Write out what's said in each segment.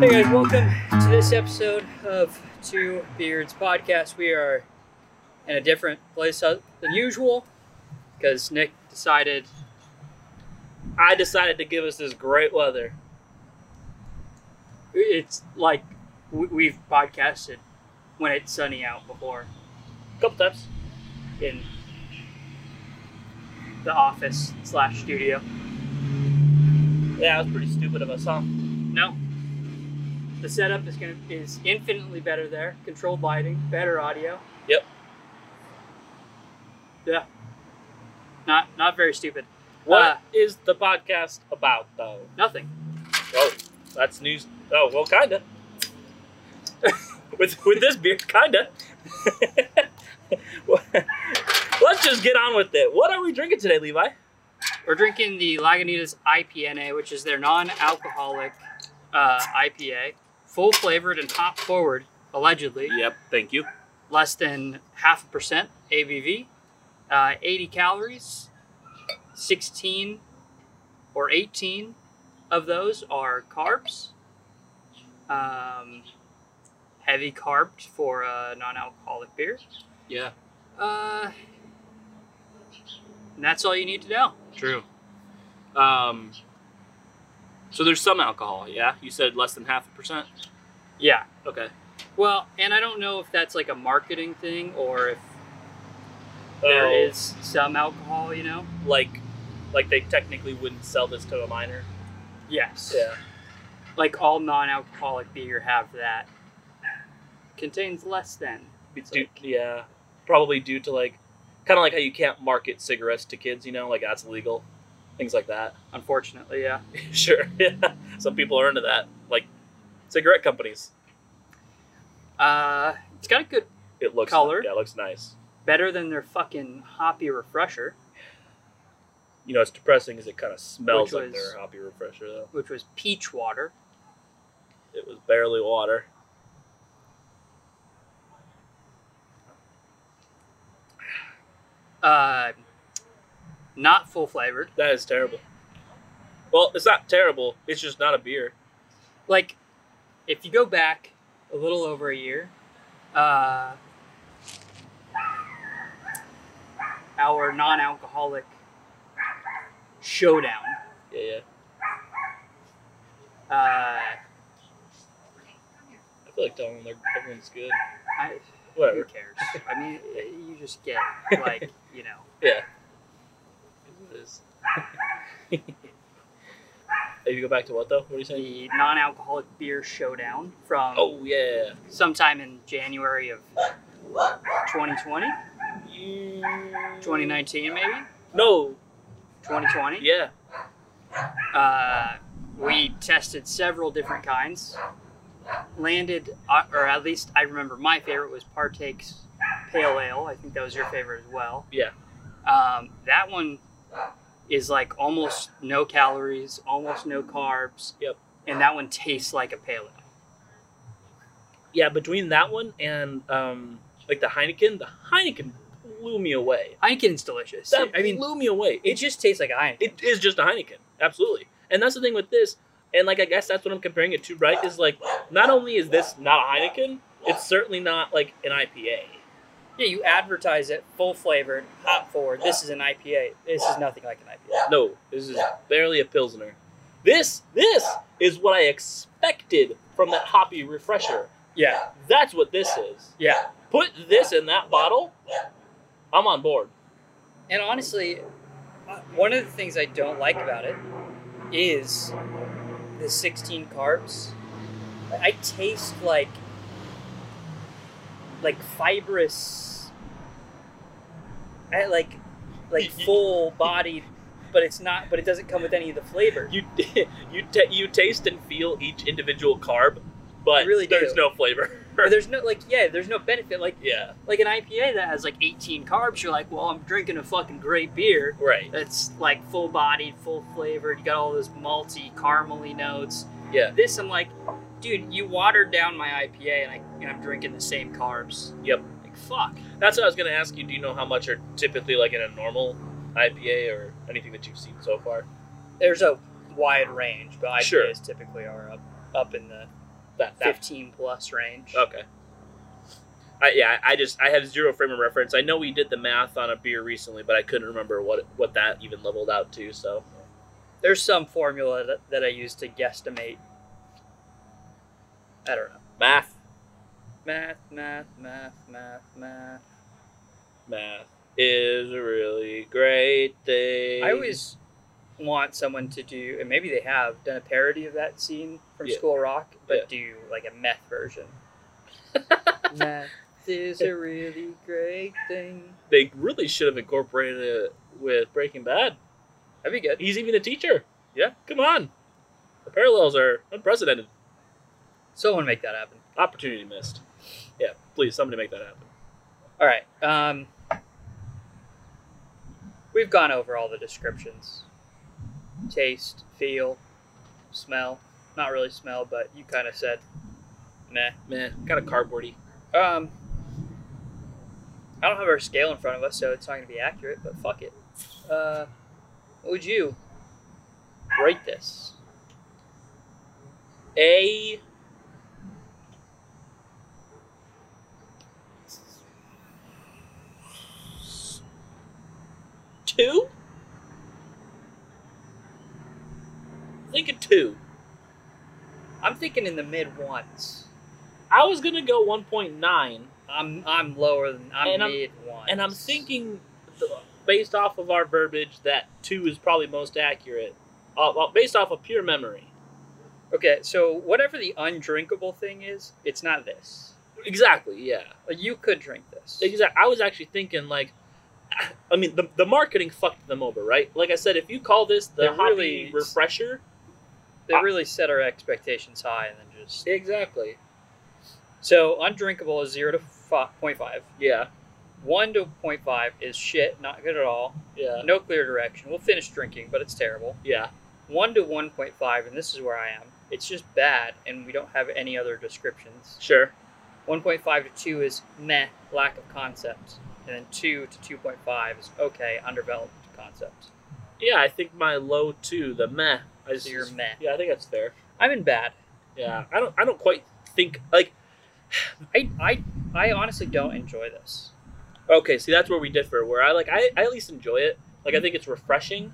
guys, welcome to this episode of Two Beards Podcast. We are in a different place than usual because Nick decided I decided to give us this great weather. it's like we- we've podcasted when it's sunny out before Couple times. in the office slash studio. Yeah, that was pretty stupid of us, huh? No. The setup is going to is infinitely better there. Controlled lighting, better audio. Yep. Yeah. Not not very stupid. What Uh, is the podcast about, though? Nothing. Oh, that's news. Oh, well, kinda. with with this beer, kinda. Let's just get on with it. What are we drinking today, Levi? We're drinking the Lagunitas IPNA, which is their non-alcoholic uh, IPA, full flavored and hop forward, allegedly. Yep, thank you. Less than half a percent ABV, uh, 80 calories, 16 or 18 of those are carbs. Um, heavy carbed for a non-alcoholic beer. Yeah, Uh, and that's all you need to know. true. Um, so there's some alcohol, yeah? You said less than half a percent? Yeah. Okay. Well, and I don't know if that's like a marketing thing or if There there is. is some alcohol, you know? like like they technically wouldn't sell this to a minor. Yes. Like all non alcoholic beer have that. Contains less than. It's due- yeah. Probably due to like kind of like how you can't market cigarettes to kids, you know, like that's illegal. Things like that. Unfortunately, yeah. sure. Yeah. Some people are into that. Like cigarette companies. Uh, it's got a good, It looks Color. Yeah, it looks nice. better than their fucking hoppy refresher, You know, it's depressing because it kind of smells Which like was- their hoppy refresher though. which was peach water. It was barely water. Uh, not full flavored. That is terrible. Well, it's not terrible. It's just not a beer. like if you go back a little over a year uh, our non-alcoholic showdown Yeah, yeah. uh, I, I feel like telling them they're- everyone's good. who Whatever. cares i mean you just get like you know Yeah. It is. if you go back to what though? What are you saying? the non-alcoholic beer showdown from Oh yeah. sometime in january of 2020 2019 maybe No. 2020 Yeah. Uh, we tested several different kinds. Landed, uh, or at least I remember my favorite was Partake's Pale Ale. I think that was your favorite as well. Yeah. Um, that one is like almost no calories, almost no carbs. Yep. And that one tastes like a pale ale. Yeah. Between that one and um, like the Heineken, the Heineken blew me away. Heineken's delicious. That I mean, blew me away. it just tastes like a Heineken. It is just a Heineken, absolutely. And that's the thing with this, and like I guess that's what I'm comparing it to, right? Is like not only is this not a Heineken, it's certainly not like an IPA. yeah, you advertise it full flavored, hop forward. This is an IPA. This is nothing like an IPA. No, this is barely a pilsner. This this is what I expected from that hoppy refresher. Yeah, That's what this is. yeah. Put this in that bottle. I'm on board. And honestly, uh, one of the things I don't like about it is the 16 carbs. I I taste like like fibrous, I like like full bodied, but it's not. But it doesn't come with any of the flavor. You you ta you taste and feel each individual carb, but I really do. there's no flavor. Or There's no like yeah. There's no benefit like yeah, like an IPA that has like 18 carbs. You're like, well, I'm drinking a fucking great beer. right. It's like full bodied, full flavored. You got all those malty, caramely notes. Yeah. This, I'm like, dude, you watered down my IPA and, I, and I'm drinking the same carbs. Yep. Like, fuck. That's what I was gonna ask you. Do you know how much are typically like in a normal IPA or anything that you've seen so far? There's a wide range, but IPAs Sure. typically are up, up in the that, that 15 plus range. Okay. I, yeah, I I just I have zero frame of reference. I know we did the math on a beer recently, but I couldn't remember what what that even leveled out to. So There's some formula that, that I use to guesstimate. I don't know. math, Math, math, math, math, math. math is a really great thing. I always want someone to do, and maybe they have done a parody of that scene from Yeah. School Rock, but Yeah. do like a meth version. meth is a really great thing. they really should have incorporated it with Breaking Bad. That'd be good. He's even a teacher. Yeah, come on. The parallels are unprecedented. Someone make that happen. Opportunity missed. Yeah, please somebody make that happen. All right. Um, we've gone over all the descriptions taste, feel, smell. Not really smell, but you kind of said meh. Man, kind of cardboardy. Um, I don't have our scale in front of us, so it's not going to be accurate. But fuck it. Uh, what would you rate this? A. Two? Think a two. I'm thinking in the mid ones. I was gonna go 1.9, I'm I'm lower than I'm And I'm- mid ones. and I'm thinking, th- based off of our verbiage, that two is probably most accurate. Uh, well, based off of pure memory. Okay, so whatever the undrinkable thing is, it's not this. Exactly, yeah. Like, You could drink this. Exactly. I was actually thinking like, I mean, the, the marketing fucked them over, right? Like I said, if you call this the They hoppy really- refresher, They really set our expectations high, and then just exactly. so undrinkable is zero to fi- 0.5. Yeah, One to 0.5 is shit, not good at all. Uh, yeah, No clear direction. We'll finish drinking, but it's terrible. yeah. 1 to 1.5, and this is where I am. It's just bad, and we don't have any other descriptions. Sure. 1.5 to 2 is meh, lack of concept. And then 2 to 2.5 is okay, underdeveloped concept. Yeah, I think my low two, the meh. I just, So you're meh. Yeah, I think that's fair. I'm in bad. Yeah, I don't. I don't quite think like. I, I, I honestly don't enjoy this. Okay, see, that's where we differ. Where I like, I, I at least enjoy it. Like, I think it's refreshing.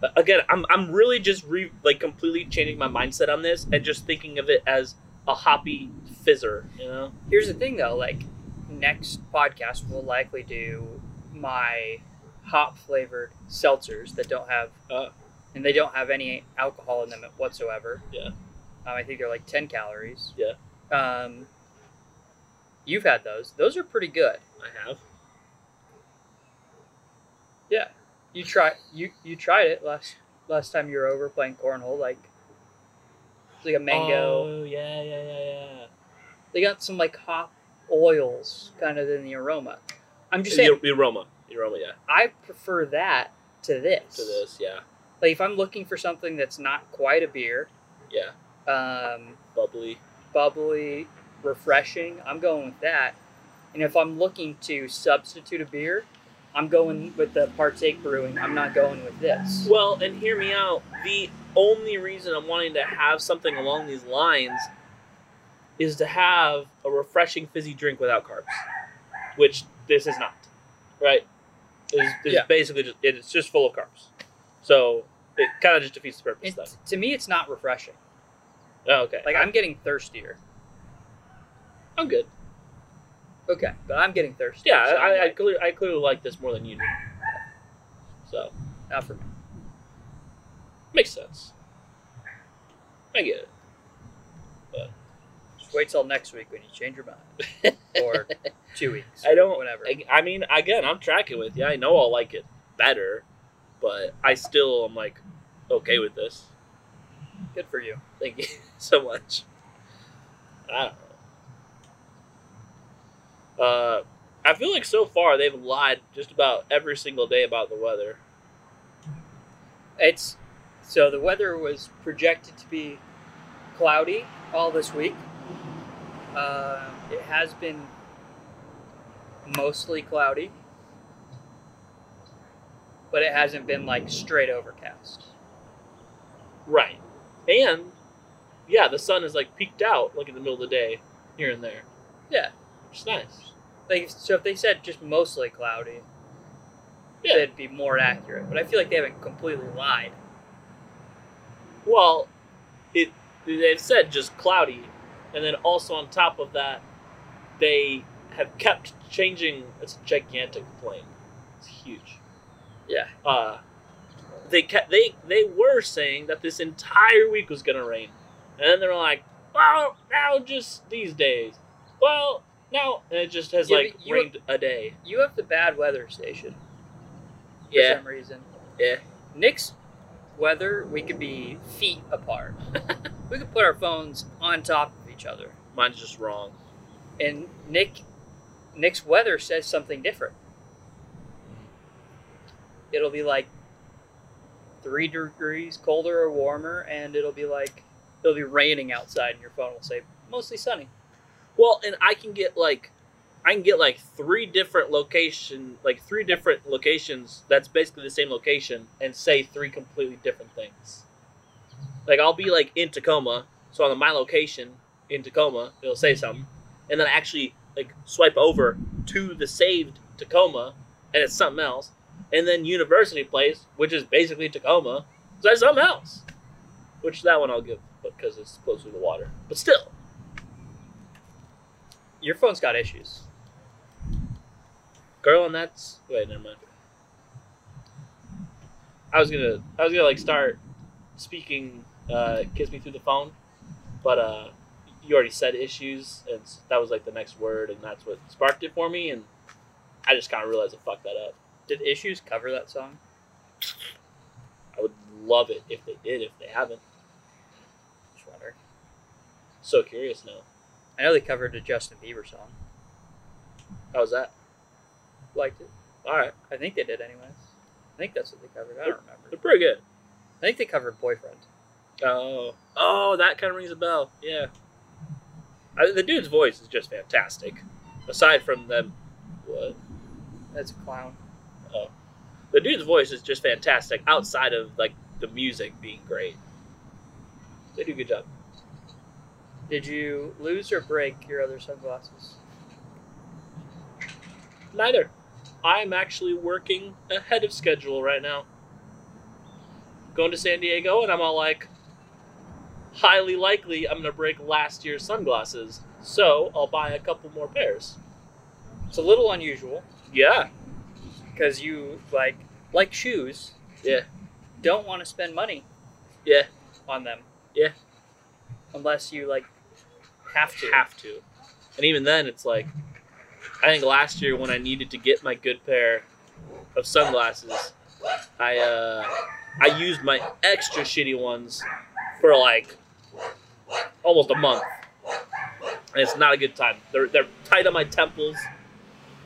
But again, I'm I'm really just re like completely changing my mindset on this and just thinking of it as a hoppy fizzer. You know. Here's the thing, though. Like, next podcast, we'll likely do my hop-flavored seltzers that don't have, Uh. and they don't have any alcohol in them whatsoever. Yeah. Um, I think they're like ten calories. Yeah. Um, you've had those. Those are pretty good. I have. Yeah. You try you you tried it last last time you were over playing cornhole. Like, it's like a mango. Oh, yeah, yeah, yeah, yeah. They got some like hop oils kind of in the aroma. I'm just The- saying. the aroma, the aroma, yeah. I prefer that to this. To this, yeah, Like if I'm looking for something that's not quite a beer, yeah, um, bubbly. bubbly, refreshing, I'm going with that. And if I'm looking to substitute a beer, I'm going with the Partake Brewing. I'm not going with this. Well, and hear me out. The only reason I'm wanting to have something along these lines is to have a refreshing fizzy drink without carbs, which this is not, right? It's, it's Yeah. basically just it's just full of carbs, so it kind of just defeats the purpose. It, Then, to me, it's not refreshing. oh, okay, Like I'm getting thirstier. I'm good. Okay, but I'm getting thirsty. Yeah, so I, I, I'm I like, clearly I clearly like this more than you do. So. not for me. Makes sense. I get it. Just wait till next week when you change your mind, or two weeks. I don't- Whatever. I, I mean, again, I'm tracking with you. I know I'll like it better, but I still am like okay with this. Good for you. Thank you so much. I don't know. Uh, I feel like so far they've lied just about every single day about the weather. It's so the weather was projected to be cloudy all this week. Uh, it has been mostly cloudy, but it hasn't been like straight overcast. Right. And yeah, the sun is like peaked out like in the middle of the day here and there. Yeah, which is nice. Like so, if they said just mostly cloudy, Yeah. that'd be more accurate. But I feel like they haven't completely lied. Well, it they've said just cloudy, and then also on top of that, they have kept changing. It's a gigantic plane. It's huge. Yeah. Uh, they kept they they were saying that this entire week was gonna rain, and then they're like, well, now just these days. Well, now and it just has Yeah, like but you- rained a day. You have the bad weather station for some reason. Yeah. Nick's weather, we could be feet apart. we could put our phones on top of each other, mine's just wrong. and Nick, Nick's weather says something different. It'll be like three degrees colder or warmer, and it'll be like it'll be raining outside, and your phone will say mostly sunny. Well, and I can get like, I can get like three different location, like three different locations. That's basically the same location, and say three completely different things. Like I'll be like in Tacoma, so on my location in Tacoma, it'll say something, and then I actually like swipe over to the saved Tacoma, and it's something else, and then University Place, which is basically Tacoma, says something else, which that one I'll give because it's closer to the water, but still. Your phone's got issues. girl and that's wait never mind i was gonna i was gonna like start speaking uh kiss me through the phone but uh you already said issues and s- that was like the next word and that's what sparked it for me and i just kind of realized i fucked that up Did issues cover that song? i would love it if they did if they haven't Just wondering. so curious now I know they covered a Justin Bieber song. how's that Liked it. all right I think they did, anyways. I think that's what they covered. I don't remember. they're pretty good I think they covered boyfriend. oh oh that kind of rings a bell yeah I, the dude's voice is just fantastic aside from them what That's a clown. the dude's voice is just fantastic outside of like the music being great they do a good job Did you lose or break your other sunglasses? neither i'm actually working ahead of schedule right now going to san diego and i'm all like highly likely i'm gonna break last year's sunglasses so i'll buy a couple more pairs It's a little unusual yeah because you like like shoes. Yeah. Don't want to spend money yeah on them. Yeah. Unless you like have to. have to and even then it's like i think last year when i needed to get my good pair of sunglasses i uh i used my extra shitty ones for like almost a month and it's not a good time they're they're tight on my temples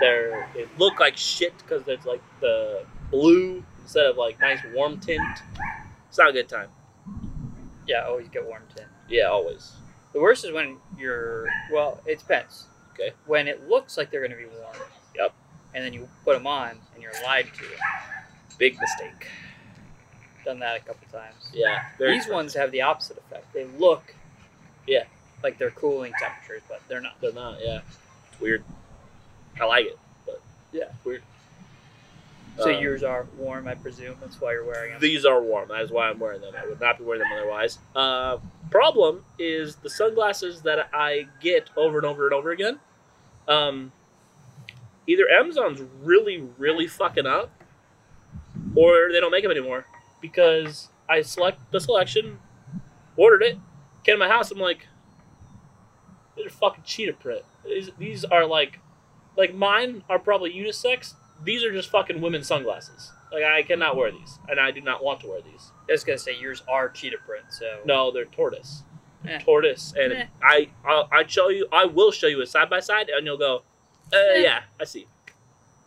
they're they look like shit because there's like the blue instead of like nice warm tint it's not a good time Yeah. Always get warm tin. yeah always The worst is when you're well. It depends. Okay. When it looks like they're going to be warm. Yep. And then you put them on and you're lied to. big mistake Done that a couple times. yeah very These ones have the opposite effect. They look. Yeah. Like they're cooling temperatures, but they're not. They're not, yeah. It's weird. I like it, but Yeah. weird. So Um, yours are warm, I presume. That's why you're wearing them. These are warm. That is why I'm wearing them. I would not be wearing them otherwise. Uh, problem is the sunglasses that I get over and over and over again. Um, either Amazon's really, really fucking up, or they don't make them anymore because I select the selection, ordered it, came to my house. I'm like, these are fucking cheetah print. These- These are like, like mine are probably unisex. These are just fucking women's sunglasses. Like I cannot wear these, and I do not want to wear these. I was gonna say yours are cheetah print, so No, they're tortoise, Eh. tortoise, and Eh. I, I'll, I'd show you. I will show you a side by side, and you'll go, uh, Eh. yeah, I see.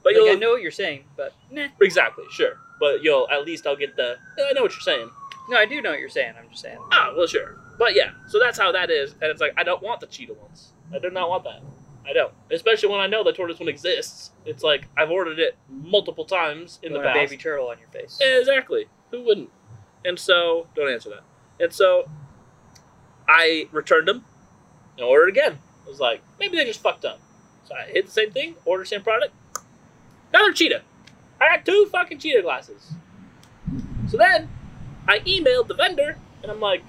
But Like, you'll I know what you're saying, but nah. exactly sure. But you'll at least I'll get the. "Yeah, I know what you're saying. No, I do know what you're saying. I'm just saying. Ah, well, sure. But yeah, so that's how that is, and it's like I don't want the cheetah ones. I do not want that. I don't, especially when I know the tortoise one exists. It's like I've ordered it multiple times in you the want past. Eh. a baby turtle on your face. Exactly. Who wouldn't? And so, don't answer that. And so, I returned them and ordered again. I was like, maybe they just fucked up. So I hit the same thing, ordered same product. Another cheetah. I got two fucking cheetah glasses. So then I emailed the vendor and I'm like,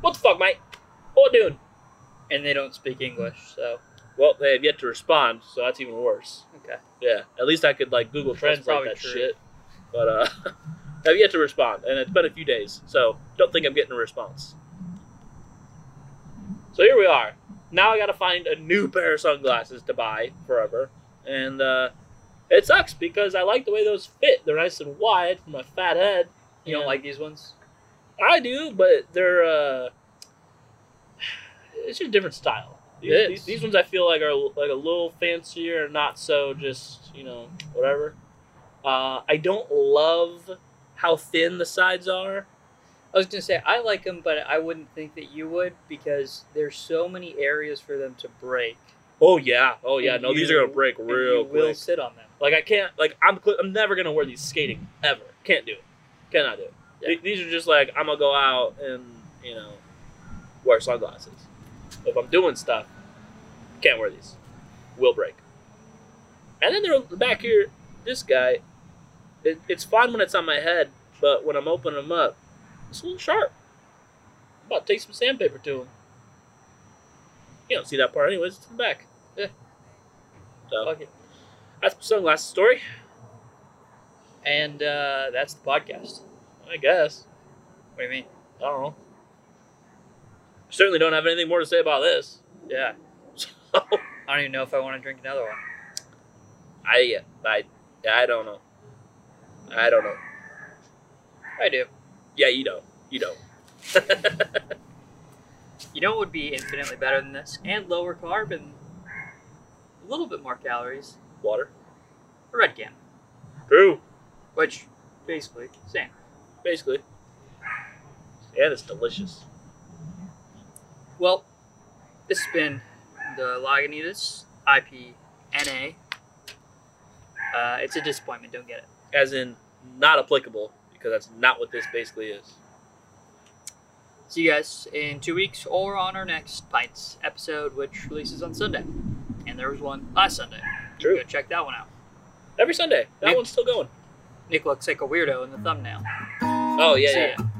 what the fuck, mate? What we doing? and they don't speak English, so Well, they have yet to respond, so that's even worse. okay. Yeah, at least I could like Google That's Translate probably that true. shit. But uh, I've yet to respond, and it's been a few days, so don't think I'm getting a response. So here we are. Now I got to find a new pair of sunglasses to buy forever, and uh, it sucks because I like the way those fit. They're nice and wide for my fat head. You don't Yeah. like these ones? I do, but they're uh, it's just a different style. These, It these, is. these ones I feel like are like a little fancier, not so just you know whatever. Uh, I don't love how thin the sides are. I was gonna say I like them, but I wouldn't think that you would because there's so many areas for them to break. Oh yeah, oh yeah. And No, these you- are gonna break and real you will quick. sit on them. Like I can't. Like I'm. cl- I'm never gonna wear these skating ever. Can't do it. Cannot do it. Yeah. Th- These are just like I'm gonna go out and you know wear sunglasses. If I'm doing stuff, can't wear these. Will break. And then they're back here. This guy. It, it's fine when it's on my head, but when I'm opening them up, it's a little sharp. I'm about to take some sandpaper to them. You don't see that part anyways. It's in the back. Yeah. So Fuck it. that's my sunglasses story. And uh, that's the podcast. I guess. What do you mean? I don't know. Certainly don't have anything more to say about this. Yeah, So, I don't even know if I want to drink another one. I, I, I don't know. I don't know. I do. Yeah, you don't. You don't. You know what would be infinitely better than this and lower carb and a little bit more calories? Water. A red can, True. which basically same. Basically. And it's delicious. Well, this has been the Lagunitas IPNA. Uh, it's a disappointment. Don't get it. As in, not applicable because that's not what this basically is. See you guys in two weeks or on our next Pints episode, which releases on Sunday. And there was one last Sunday. You True. can go check that one out. Every Sunday. That Nick- one's still going. Nick looks like a weirdo in the thumbnail. Oh yeah, See yeah. ya.